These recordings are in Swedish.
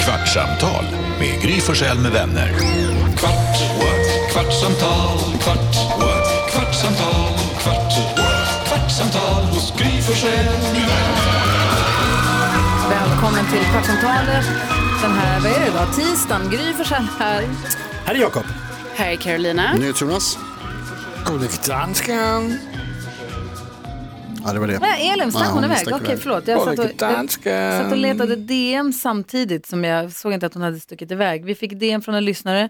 Kvartsamtal med Gry Forssell med vänner. Kvart, what? kvartsamtal, kvart, what? kvartsamtal, kvart, what? kvartsamtal hos Gry Forssell med vänner. Välkommen till Kvartsamtalet. Den här, vad är det idag? Tisdagen. Gry Forssell här. Här är Jakob. Här är Carolina. Mm. Jonas. Danskan. Ja, det var det. Nej, Elin stack Ja, hon iväg. stack Okej, iväg. förlåt. Jag satt och, vilket danska. jag satt och letade DM samtidigt som jag såg inte att hon hade stuckit iväg. Vi fick DM från en lyssnare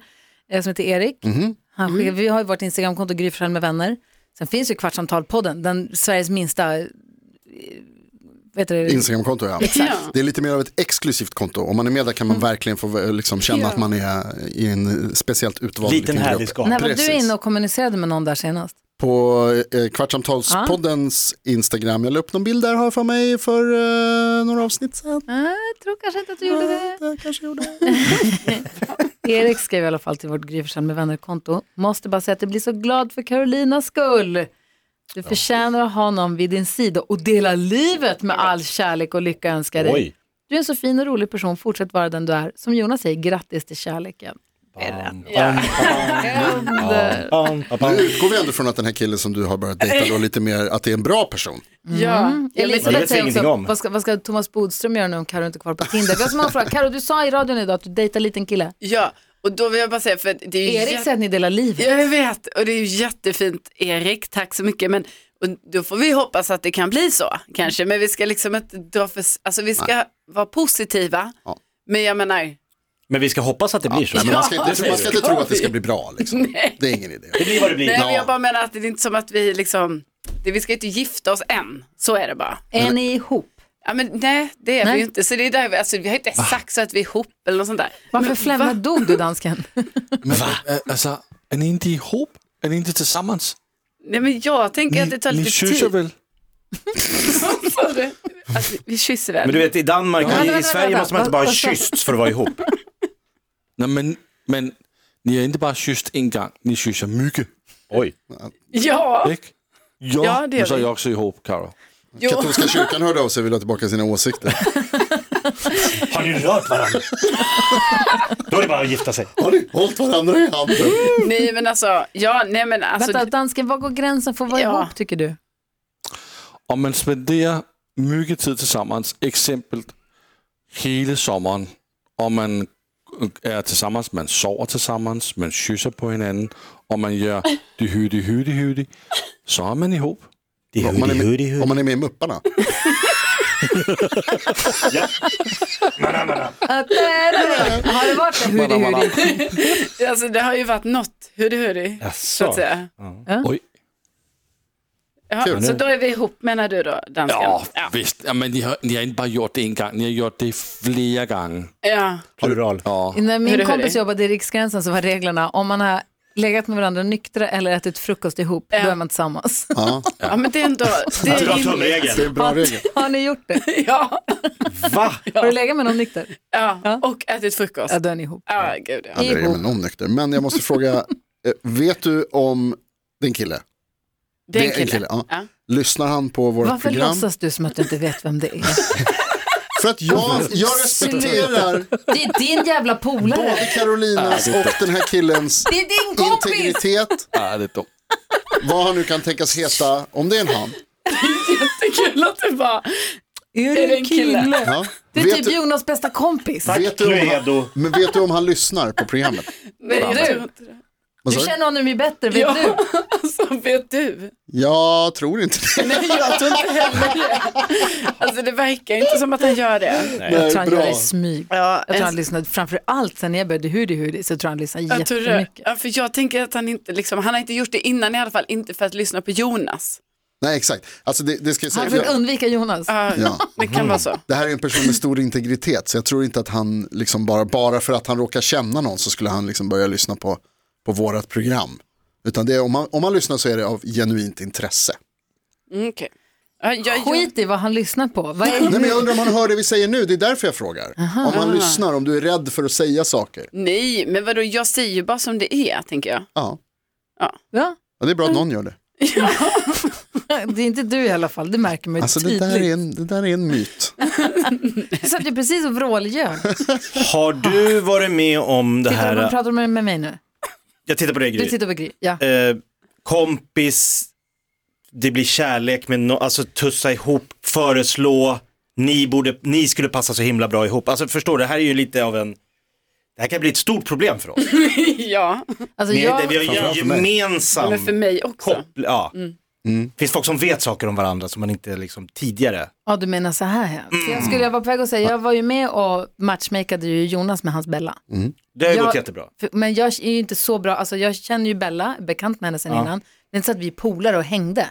eh, som heter Erik. Mhm. Han, skickade- Vi har ju vårt Instagramkonto Gry Forssell med vänner. Sen finns ju Kvartsamtal-podden, den Sveriges minsta... eh, Vet du, det? Instagramkonto ja. Ja. Det är lite mer av ett exklusivt konto. Om man är med där kan man Mm. verkligen få eh, liksom, känna att man är i en eh, speciellt utvald Liten grupp. härlig skap. när var du precis. inne och kommunicerade med någon där senast? På eh, Kvartsamtalspoddens Instagram, jag la upp någon bild där har jag för mig för eh, några avsnitt sedan. Nej, jag tror kanske inte att du gjorde det. Jag kanske gjorde. Erik skrev i alla fall till vårt Gry Forssell med vänner-konto. Måste bara säga att jag blir så glad för Carolinas skull. Du förtjänar att ha någon vid din sida och dela livet med all kärlek och lycka önskar dig. Oj. Du är en så fin och rolig person, fortsätt vara den du är. Som Jonas säger, grattis till kärleken. Under- Nu utgår vi ändå från att den här killen som du har börjat dejta då lite mer att det är en bra person. Ja. Det Mm. Elisabeth vet jag säger ingenting också, om. vad ska, vad ska Thomas Bodström göra nu om Karo inte är kvar på Tinder? Vi har så många frågor. Karo, du sa i radion idag att du dejtar liten kille. ja, och då vill jag bara säga för att det är ju Erik jätte- säger att ni delar livet. Jag vet, och det är ju jättefint Erik, tack så mycket. Men och då får vi hoppas att det kan bli så kanske. Men vi ska liksom inte dra för, alltså vi ska vara positiva. Ja. Men jag menar, Men vi ska hoppas att det blir så. Nej, men man, ska Ja, inte, man ska inte det tro ska att det ska vi. bli bra. Liksom. Det är ingen idé. Det blir vad det blir. nej, men jag bara menar att det är inte som att vi liksom, det, vi ska inte gifta oss än, så är det bara. Är ni ihop? Ja, men nej, det är vi Nej. ju inte. Så det är där, vi- alltså, vi har inte sagt så att vi är ihop eller något sånt där. Varför Men flämmar va? dog du dansken? Men äh, alltså, är ni inte ihop? Är ni inte tillsammans? Nej, men jag tänker att det tar ni lite tid. kysser väl? Alltså, vi kysser väl? Men du vet i Danmark, Vänta, i, i vänta, Sverige vänta. måste man inte bara Vad- vad sa- kyssts för att vara ihop. Nej, men, men ni har inte bara kysst en gång, ni kysser mycket. Oj. Ja, Ikke? Ja, Ja, det gör men så är vi. jag också ihop, Karo. jo. Katolska kyrkan hörde av sig och ville ha tillbaka sina åsikter. Har ni rört varandra? Då är det bara att gifta sig. Har ni hållit varandra i handen? nej men alltså, ja, nej men alltså, Vänta, dansken, var går gränsen för att vara Ja. ihop tycker du? Om man spenderar mycket tid tillsammans, exempel hela sommaren, och man är tillsammans, man sover tillsammans, man kysser på varandra och man gör det hydi hydi hydi, så är man ihop. Om man, är med, om man är med i Mupparna. Har det varit en hudi hudi? alltså det har ju varit något hurri hurri. Så att Jaså. säga. Oj. Ja, Kul. så då är vi ihop menar du då, dansken? Ja, ja. visst. Ja, men ni, har, ni har inte bara gjort det en gång, ni har gjort det flera gånger. ja. Alltså, Plural. Ja. När min Hur är det? kompis jobbade i Riksgränsen så var reglerna om man har legat med varandra nyktra eller ätit frukost ihop, då är man tillsammans. Ja, ja, men det är ändå, det är Dra rimligt. det är tumregeln. en bra regel. Har ni gjort det? Ja, Va? Har du legat med någon nykter? ja, och ätit frukost. Ja, då är ni ihop. Ja, gud ja. Ja, det är väl någon nykter. Men jag måste fråga, eh, vet du om det är en kille? Det är en kille. ja. Ja. Lyssnar han på vårt Varför program? låtsas du som att du inte vet vem det är? För att jag, jag respekterar Det är din jävla polare. både Carolinas och den här killens Det är din kompis! integritet. Ja, det är dumt. Vad han nu kan tänkas heta, om det är en han. Det är kul att det bara, Är det en kille? Ja. Det är Vet typ du- Jonas bästa kompis. Vet du om Cluedo. han, men vet du om han lyssnar på programmet? nej jag tror inte det. Vad Du sa du? känner honom ju bättre, vet Ja. du? Alltså vet du? Jag tror inte det. Nej, jag tror inte heller det. Alltså det verkar inte som att han gör det. Jag tror han gör bra. det i smyg. Ja, Jag tror en- han lyssnade, framför allt sen jag började hudi hudi, så tror jag han lyssnade Jag tror det. jättemycket. Ja, för jag tänker att han inte, liksom, han har inte gjort det innan i alla fall, inte för att lyssna på Jonas. Nej, exakt. Alltså det, det ska jag Han vill säga. undvika Jonas. Ja, Ja. Det kan Mm. vara så. Det här är en person med stor integritet, så jag tror inte att han, liksom bara, bara för att han råkar känna någon så skulle han liksom börja lyssna på, på vårat program. Utan det, är- om, man, om man lyssnar så är det av genuint intresse. Mm, okej. Ja, jag, jag, Skit i vad han lyssnar på. Vad är Nej, men jag undrar om han hör det vi säger nu, det är därför jag frågar. Om han lyssnar, om du är rädd för att säga saker. nej, men vadå, jag säger ju bara som det är, tänker jag. Ja, ja. ja det är bra att någon gör det. Det är inte du i alla fall, det märker man ju Alltså det tydligt. där, är en, det där är en myt. Du satt ju precis och vråljög. Har du varit med om det Tittar du här? pratar med, med mig nu? Jag tittar på dig Du Gry. tittar på Gry, ja. Eh, kompis, det blir kärlek, men no- alltså tussa ihop, föreslå, ni, borde, ni skulle passa så himla bra ihop. Alltså förstår du, det här är ju lite av en, det här kan bli ett stort problem för oss. ja, Alltså, Ni, det, jag, vi har Framförallt ju för mig. gemensam men för mig också. Mm. koppling. Ja. Finns folk som vet saker om varandra som man inte liksom tidigare. ja, du menar så här ja. Så jag skulle jag vara på väg att Mm. säga, jag var ju med och matchmakade ju Jonas med hans Bella. Det har ju Jag- gått jättebra. För, men jag är ju inte så bra, alltså jag känner ju Bella, bekant med henne sedan innan. Det är inte så att vi är polare och hängde.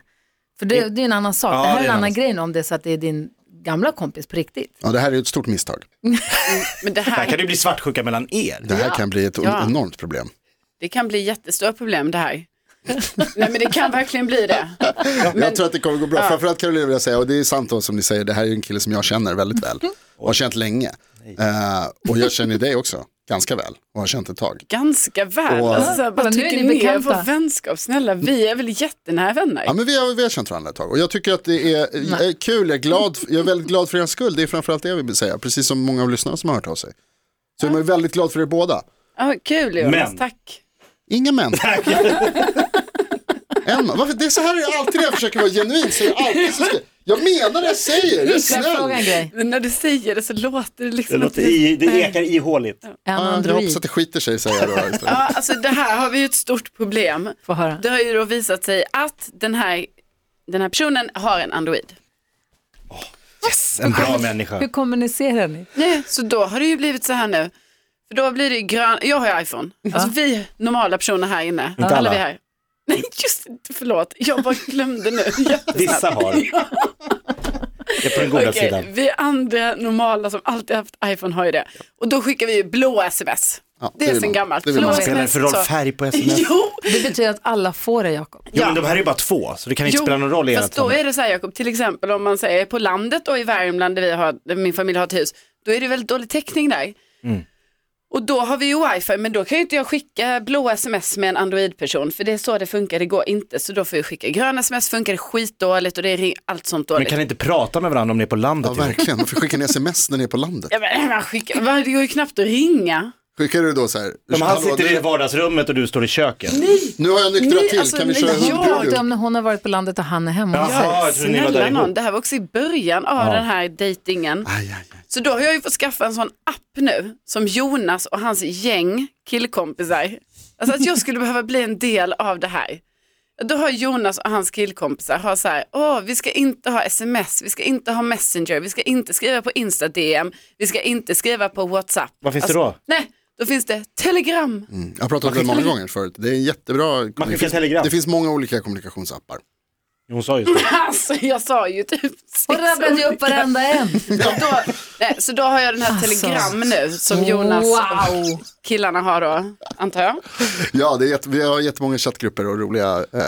För det, det är en annan sak, Ja, det här är det är en en annan annan grej nu om det är så att det är din gamla kompis på riktigt. Ja, det här är ett stort misstag. Men det Det här här, kan ju bli svartsjuka mellan er. Det här kan bli ett Ja. enormt problem. det kan bli jättestora problem det här. Nej men det kan verkligen bli det. jag tror att det kommer gå bra. Framförallt Caroline vill jag säga, och det är sant då som ni säger, det här är ju en kille som jag känner väldigt väl. Och har känt länge. Eh, och jag känner ju dig också, ganska väl. Och har känt ett tag. Ganska väl. Och- alltså, så här, Kolla, bara nu är trycker ni ner bekanta. vår vänskap. Snälla, vi är väl jättenära vänner. Ja men vi har, vi har känt varandra ett tag och jag tycker att det är, jag är kul, jag är, glad, jag är väldigt glad för er skull, det är framförallt det jag vill säga, precis som många av lyssnarna som har hört av sig. Så jag är väldigt glad för er båda. Ja, kul Jonas, Men- tack. Inga män. En man. Varför? Det är så här jag alltid när jag försöker vara genuin. Så jag, alltid så ska, jag menar det jag säger, jag är Får jag fråga en snäll. grej? Men när du säger det så låter det liksom... Det, låter att vi- i, det ekar ihåligt. En Ja, jag hoppas android, att Ah, det skiter sig säger jag då. istället. Ja, alltså det här har vi ju ett stort problem. får höra. Det har ju då visat sig att den här, den här personen har en Android. En bra människa. Hur kommunicerar ni? Så då har det ju blivit så här nu. För då blir det ju grön... Jag har ju iPhone. Alltså vi normala personer här inne. Inte alla. vi här. Nej, just det, förlåt. Jag bara glömde nu. Jättesnabbt. Vissa har. Det är på den goda Okej, sidan. vi andra normala som alltid haft iPhone har ju det. Och då skickar vi ju blå sms. Ja, det är vill sen man. gammalt. Det vill man. Förlåt. Spelar det för roll Så- färg på sms? Jo, Jo, Det betyder att alla får det, Jakob. men de här är ju bara två, så det kan inte spela någon roll i fast ert då fall. är det så här Jakob, till exempel om man säger på landet och i Värmland där, vi har, där min familj har ett hus, då är det väldigt dålig täckning där. Mm. Och då har vi ju wifi, men då kan ju inte jag skicka blå sms med en Android-person, för det är så det funkar, det går inte. Så då får jag skicka gröna sms, funkar det skitdåligt och det är ring- allt sånt Men dåligt. kan ni inte prata med varandra om ni är på landet? Ja ihop? verkligen, varför skickar ni sms när ni är på landet? Ja, men, man skickar, va, det går ju knappt att ringa. Skickar du då så här, Om han "Hallå, sitter i nu, vardagsrummet och du står i köket. nu har jag Nej, nyktrat till, alltså, kan vi nej, köra jag- hundbrudel?" Prata om när hon har varit på landet och han är hemma hos Jaha. sig. Ja, jag tror ni var där Snälla ihop. någon, det här var också i början av den här dejtingen. Aj, aj, aj. Så då har jag ju fått skaffa en sån app nu som Jonas och hans gäng killkompisar. Alltså att jag skulle behöva bli en del av det här. Då har Jonas och hans killkompisar har så här, åh, vi ska inte ha sms, vi ska inte ha messenger, vi ska inte skriva på Insta DM, vi ska inte skriva på WhatsApp. Alltså, Vad finns det då? Mm. Nej, då finns det telegram. Jag har pratat om det många gånger förut, det är en jättebra, skickar det finns, telegram. det finns många olika kommunikationsappar. Hon sa just det. Alltså jag sa ju typ sex Och rabblade ju upp olika. varenda en. Och då, nej, så då har jag den här Alltså. telegram nu som Jonas Wow. och killarna har då, antar jag. Ja, det är jätte, vi har jättemånga chattgrupper och roliga, eh,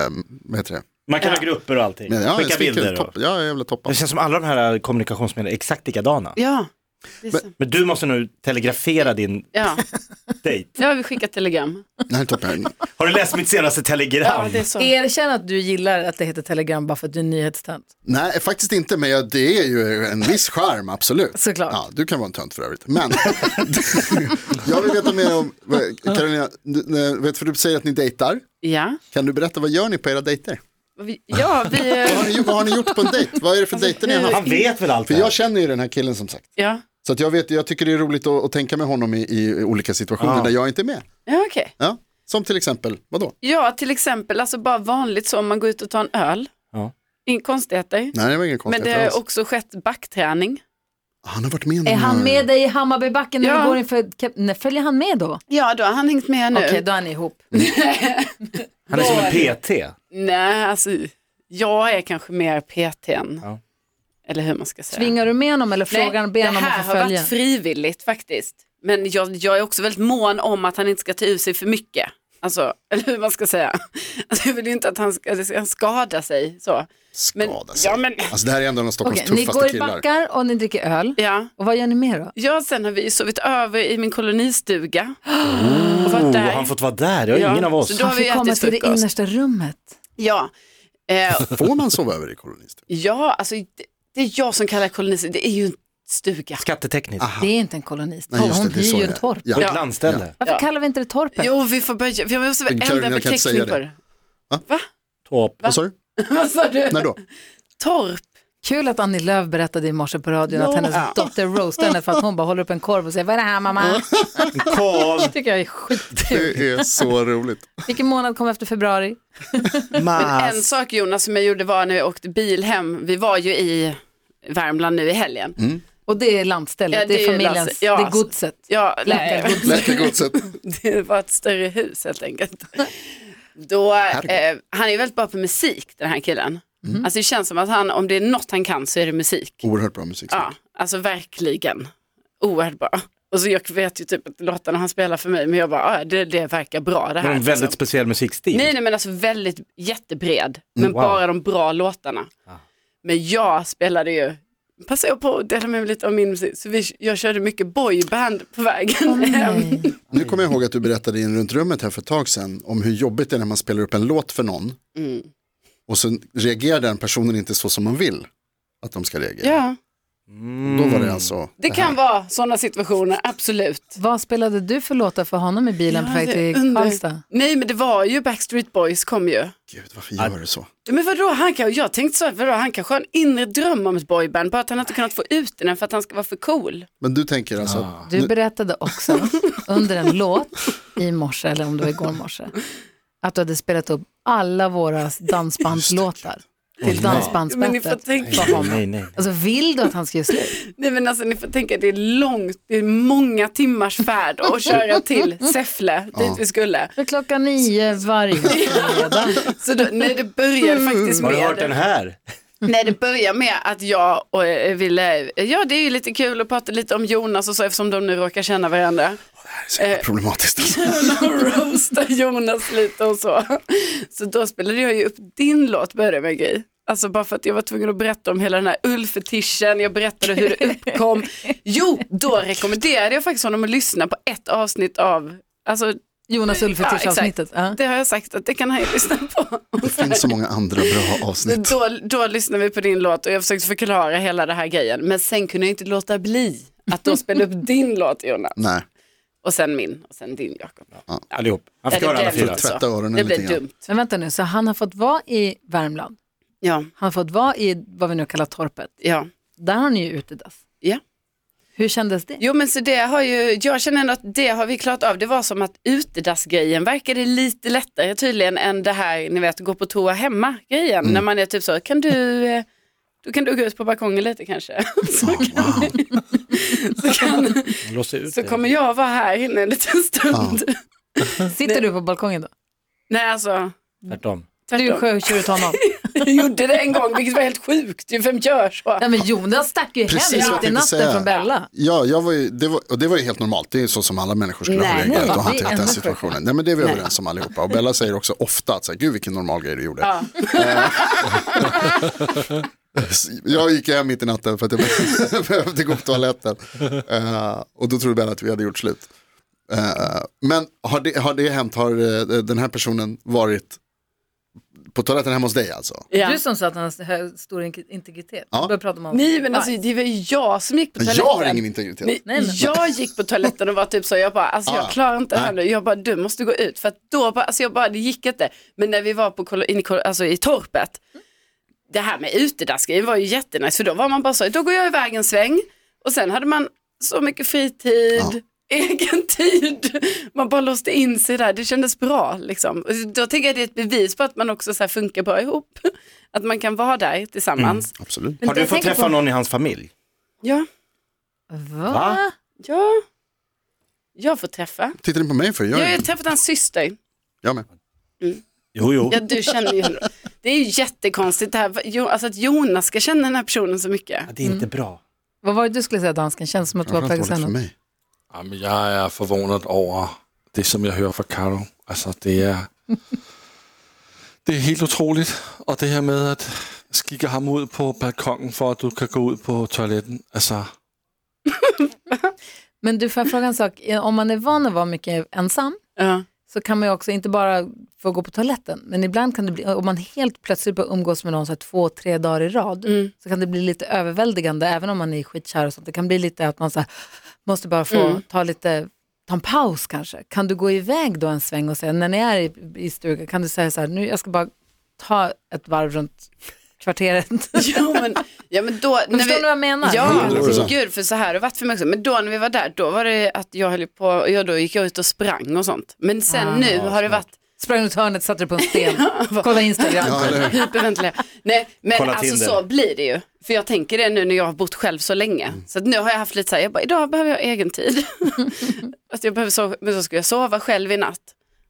vad heter det? Man kan ha grupper och allting. Men, ja, Skicka svinkul, bilder. Och... Topp, ja, jävla toppen. Det känns som alla de här kommunikationsmedlen är exakt likadana. Ja, det är så. Men du måste nu telegrafera din ja. dejt. Nu har vi skickat telegram. Det här är toppen. Har du läst mitt senaste telegram? så. Erkänn att du gillar att det heter telegram bara för att du är nyhetstönt. Nej, faktiskt inte, men ja, det är ju en viss charm, absolut. Såklart. Ja, du kan vara en tönt för övrigt. Men jag vill veta mer om, vad- Carolina, du, nej, vet för du säger att ni dejtar. Ja, Kan du berätta, vad gör ni på era dejter? vi, ja, vi, eh, Vad har ni, vad har ni gjort på en dejt? Vad är det för dejter ni har haft? Han vet väl allt För det här? jag känner ju den här killen som sagt. ja. Så att jag, vet, jag tycker det är roligt att, att tänka med honom i, i olika situationer Ah. Ja. där jag inte är med. ja okej. Ja, som till exempel, vadå? Ja, till exempel, alltså bara vanligt så om man går ut och tar en öl. Ja. Inga konstigheter. Nej, det var ingen Men konstighet det har alls. också skett backträning. Han har varit med eh, Är någon- han med dig i Hammarbybacken när Ja. du går inför... Kep- Nej, följer han med då? Ja, då har han hängt med nu. Okej, då är ni ihop. Han är som en PT. Nej, alltså jag är kanske mer PT än. Ja. Eller hur man ska säga. Tvingar du med honom eller Nej, frågar han ber det honom här att få har följa? varit frivilligt faktiskt. Men jag, jag är också väldigt mån om att han inte ska ta ur sig för mycket. Alltså, eller hur man ska säga. Alltså, jag vill ju inte att han ska, eller ska han skada sig. Så. Men- skada sig. ja, men- Alltså det här är ändå en av Stockholms Okej, ni tuffaste går i killar. backar och ni dricker öl. Ja. Och vad gör ni mer då? ja, sen har vi ju sovit över i min kolonistuga. och varit Oh, där. han fått vara där, det har ingen av Så oss. då har Han vi får komma ätit till det frukost. innersta rummet. Ja. Eh, Får man sova över i kolonister? ja, alltså det, det är jag som kallar kolonister, det är ju en stuga. Skattetekniskt. Det är inte en kolonist. Nej, just det, Hon det är så hyr ju det en är. torp. Ja. På ett landställe. Varför Ja. kallar vi inte det torpet? Jo, vi får börja, vi måste Men Carolina ändra kan inte säga beteckning det. på det. Topp. Vad sa du? Vad sa du? När då? Torp. Kul att Annie Lööf berättade i morse på radion att hennes Ja. dotter roastade henne för att hon bara håller upp en korv och säger vad är det här mamma? Karl, Det tycker jag är skitkul. Det är så roligt. Vilken månad kom efter februari? Alltså- En sak Jonas som jag gjorde var när jag åkte bil hem, vi var ju i Värmland nu i helgen. Och det är lantstället, Ja, det, det är är familjens, lands- ja, det är alltså. godset. Ja, nej, Läkargodset. Läkargodset. det var ett större hus helt enkelt. Då, eh, han är ju väldigt bra på musik den här killen. Alltså det känns som att han, om det är något han kan så är det musik. Oerhört bra musik. Ja, alltså verkligen. Oerhört bra. Och så jag vet ju typ att låtarna han spelar för mig, men jag bara, ja, det, det verkar bra det Det här. är en väldigt liksom. speciell musikstil. Nej, nej, men alltså väldigt jättebred, men wow. bara de bra låtarna. Men jag spelade ju, passade jag på att dela med mig lite av min musik, så vi, jag körde mycket boyband på vägen hem. Nu kommer jag ihåg att du berättade in runt rummet här för ett tag sedan om hur jobbigt det är när man spelar upp en låt för någon och så reagerar den personen inte så som man vill att de ska reagera. Ja, Då var det alltså, det kan vara sådana situationer, absolut. Vad spelade du för låtar för honom i bilen på väg Ja, alltså, det till undrar- Karlstad? Nej, men det var ju Backstreet Boys kom ju. gud varför gör du så? Ja, Men vadå, han kan, jag tänkte så här, vadå, han kanske har en inre dröm om ett boyband, bara att han inte kunnat få ut den för att han ska vara för cool. Men du tänker alltså, Du nu, berättade också under en låt i morse, eller om det var igår morse, att du hade spelat upp alla våra dansbandslåtar till Men ni får dansbandsbettet tänka, för honom. nej, nej. Alltså vill du att han ska göra slut? nej men alltså ni får tänka, det är långt, det är många timmars färd att köra till Säffle, dit vi skulle. För klockan nio varje fredag. Så då, nej det började faktiskt Har du hört den med, här? nej det började med att jag och, eh, ville, ja det är ju lite kul att prata lite om Jonas och så eftersom de nu råkar känna varandra. det här är så jävla problematiskt. alltså. roasta Jonas lite och så. Så då spelade jag ju upp din låt började med Gry. Alltså bara för att jag var tvungen att berätta om hela den här ullfetischen, jag berättade hur det uppkom. Jo, då rekommenderade jag faktiskt honom att lyssna på ett avsnitt av, alltså Jonas Ulfetisch-avsnittet. Ja, Ja, exakt. det har jag sagt att det kan han ju lyssna på. Det finns så många andra bra Så avsnitt. då, då lyssnade vi på din låt och jag försökte förklara hela den här grejen, men sen kunde jag inte låta bli att då spela upp din låt Jonas Nej, och sen min och sen din Jakob. Allihop. Han fick Ja, det höra alla blev fyra. så. tvätta öronen Det lite blev grann. dumt. Men vänta nu, så han har fått vara i Värmland. Ja, Han har fått vara i vad vi nu kallar torpet. ja. Där har ni ju utedass. Ja. Hur kändes det? Jo men så det har ju, jag känner ändå att det har vi klarat av. Det var som att utedassgrejen verkade lite lättare tydligen än det här, ni vet, gå på toa hemma grejen. Mm. När man är typ så, kan du, eh, då kan du gå ut på balkongen lite kanske. Så, Wow. så, kan, Han låste ut så det. kommer jag vara här inne en liten stund. Sitter du på balkongen då? Nej alltså, Tvärtom. Du tvärtom. sjökör ut honom. Jag gjorde det en gång vilket var helt sjukt, ju, vem gör så? Nej men Jonas stack ju Precis hem vad mitt i jag tänkte natten säga. från Bella. Ja, jag var ju, det, var, och det var ju helt normalt. Det är ju så som alla människor skulle ha Nej, nej, reagerat det är och hanterat den ännu situationen. sjukare. Nej, men det är vi överens om allihopa. Och Bella säger också ofta att så här, gud vilken normal grej du gjorde. Eh, Ja. Jag gick hem mitt i natten för att jag be- behövde gå på toaletten. Eh, och då trodde Bella att vi hade gjort slut. Eh, men har det, har det hänt, har eh, den här personen varit på toaletten hemma hos dig alltså? Ja. Du som sa att han har stor in- integritet. Ja. Du börjar prata om honom. Nej men alltså det var ju jag som gick på Men toaletten. jag har ingen integritet. Nej, Nej, men- Jag gick på toaletten och var typ så, jag bara, alltså Ah, jag klarar inte det här nu. nej. Jag bara, du måste gå ut. För att då, bara, alltså jag bara, det gick inte. Men när vi var på, kol- in, i kol- alltså i torpet, det här med utedassgrejen var ju jättenice. För då var man bara så, då går jag iväg en sväng. Och sen hade man så mycket fritid. Egen tid, man bara låste in sig där, det kändes bra. Liksom. Och Då tänker jag det är ett bevis på att man också så här funkar bra ihop. Att man kan vara där tillsammans. Absolut. Men Har du jag fått tänker träffa på- någon i hans familj? Ja, Va? Va? ja, jag får träffa. Tittar ni på mig för? Jag, Jag har är ju träffat hans syster. jag med. Jo, jo. Ja, du känner ju henne. Det är ju jättekonstigt det här. Jo, alltså att Jonas ska känna den här personen så mycket. Ja, Det är inte bra. Vad var det du skulle säga dansken? Känns som att du var på väg att Framförallt säga dåligt för något. mig. Jamen, jeg er forvånet over det, som jeg hører fra Caro. Altså, Alltså, det er... det er helt utroligt. Og det her med, at skikke ham ud på balkongen, for at du kan gå ud på toiletten. Altså, Men du, får jag fråga en sak? Om man är van att vara mycket ensam Ja. så kan man ju också inte bara få gå på toaletten, men ibland kan det bli, om man helt plötsligt börjar umgås med någon så här två, tre dagar i rad, så kan det bli lite överväldigande, även om man är skitkär och sånt. Det kan bli lite att man så här, måste bara få ta lite, ta en paus kanske. Kan du gå iväg då en sväng och säga, när ni är i, i stugan, kan du säga så här, nu jag ska bara ta ett varv runt kvarteret. Jo, men, ja, men då, när förstår ni vad jag menar? Ja, Mm, 100%. gud för så här har det varit för mig också. Men då när vi var där, då var det att jag höll på, ja, då gick jag ut och sprang och sånt. Men sen Ah. nu har det varit Sprang runt hörnet, satte dig på en sten, kolla Instagram. Ja, eller hur? hyperventilera. Nej, men Kolla alltså Tinder. så blir det ju. För jag tänker det nu när jag har bott själv så länge. Mm. Så att nu har jag haft lite så här, jag bara, idag behöver jag egen tid. att jag behöver sova, men så skulle jag sova själv i natt.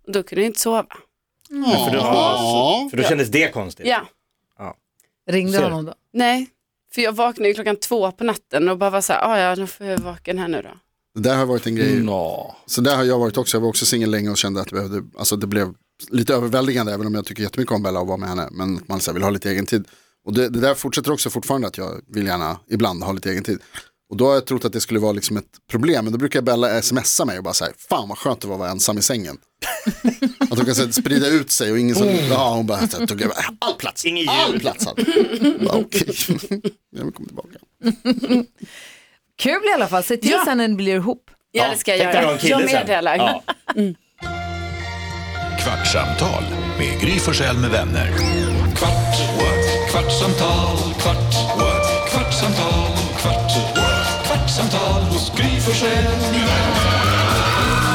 Och då kunde jag inte sova. För då, Ja. för då kändes det konstigt. Ja, Ringde Ser. honom då? nej. För jag vaknade ju klockan två på natten och bara var så här, "Ah, ja, nu får jag vara vaken här nu då. Det där har varit en grej. Mm, Nå. Så där har jag varit också. Jag var också singel länge och kände att det, behövde, alltså det blev lite överväldigande. Även om jag tycker jättemycket om Bella och vara med henne. Men att man så här, vill ha lite egen tid. Och det, det där fortsätter också fortfarande att jag vill gärna ibland ha lite egen tid. Och då har jag trott att det skulle vara liksom ett problem. Men då brukar Bella smsa mig och bara säga, fan vad skönt det var att vara ensam i sängen. att hon kan så här, sprida ut sig och ingen som, ja hon bara, så här, tog över all plats, Mm. Ingen all ljud. plats. hade. Bara, Okej, jag kommer tillbaka. Kul i alla fall, se till Ja. sen när ni blir ihop. Ja, det ska jag Tänk dig att ha göra. en kille Jag sen. meddelar. Ja. Kvartsamtal med Gry Forssell med vänner. Kvart, what? kvartsamtal, kvart, what? kvartsamtal, kvart, what? kvartsamtal hos Gry Forssell med vänner.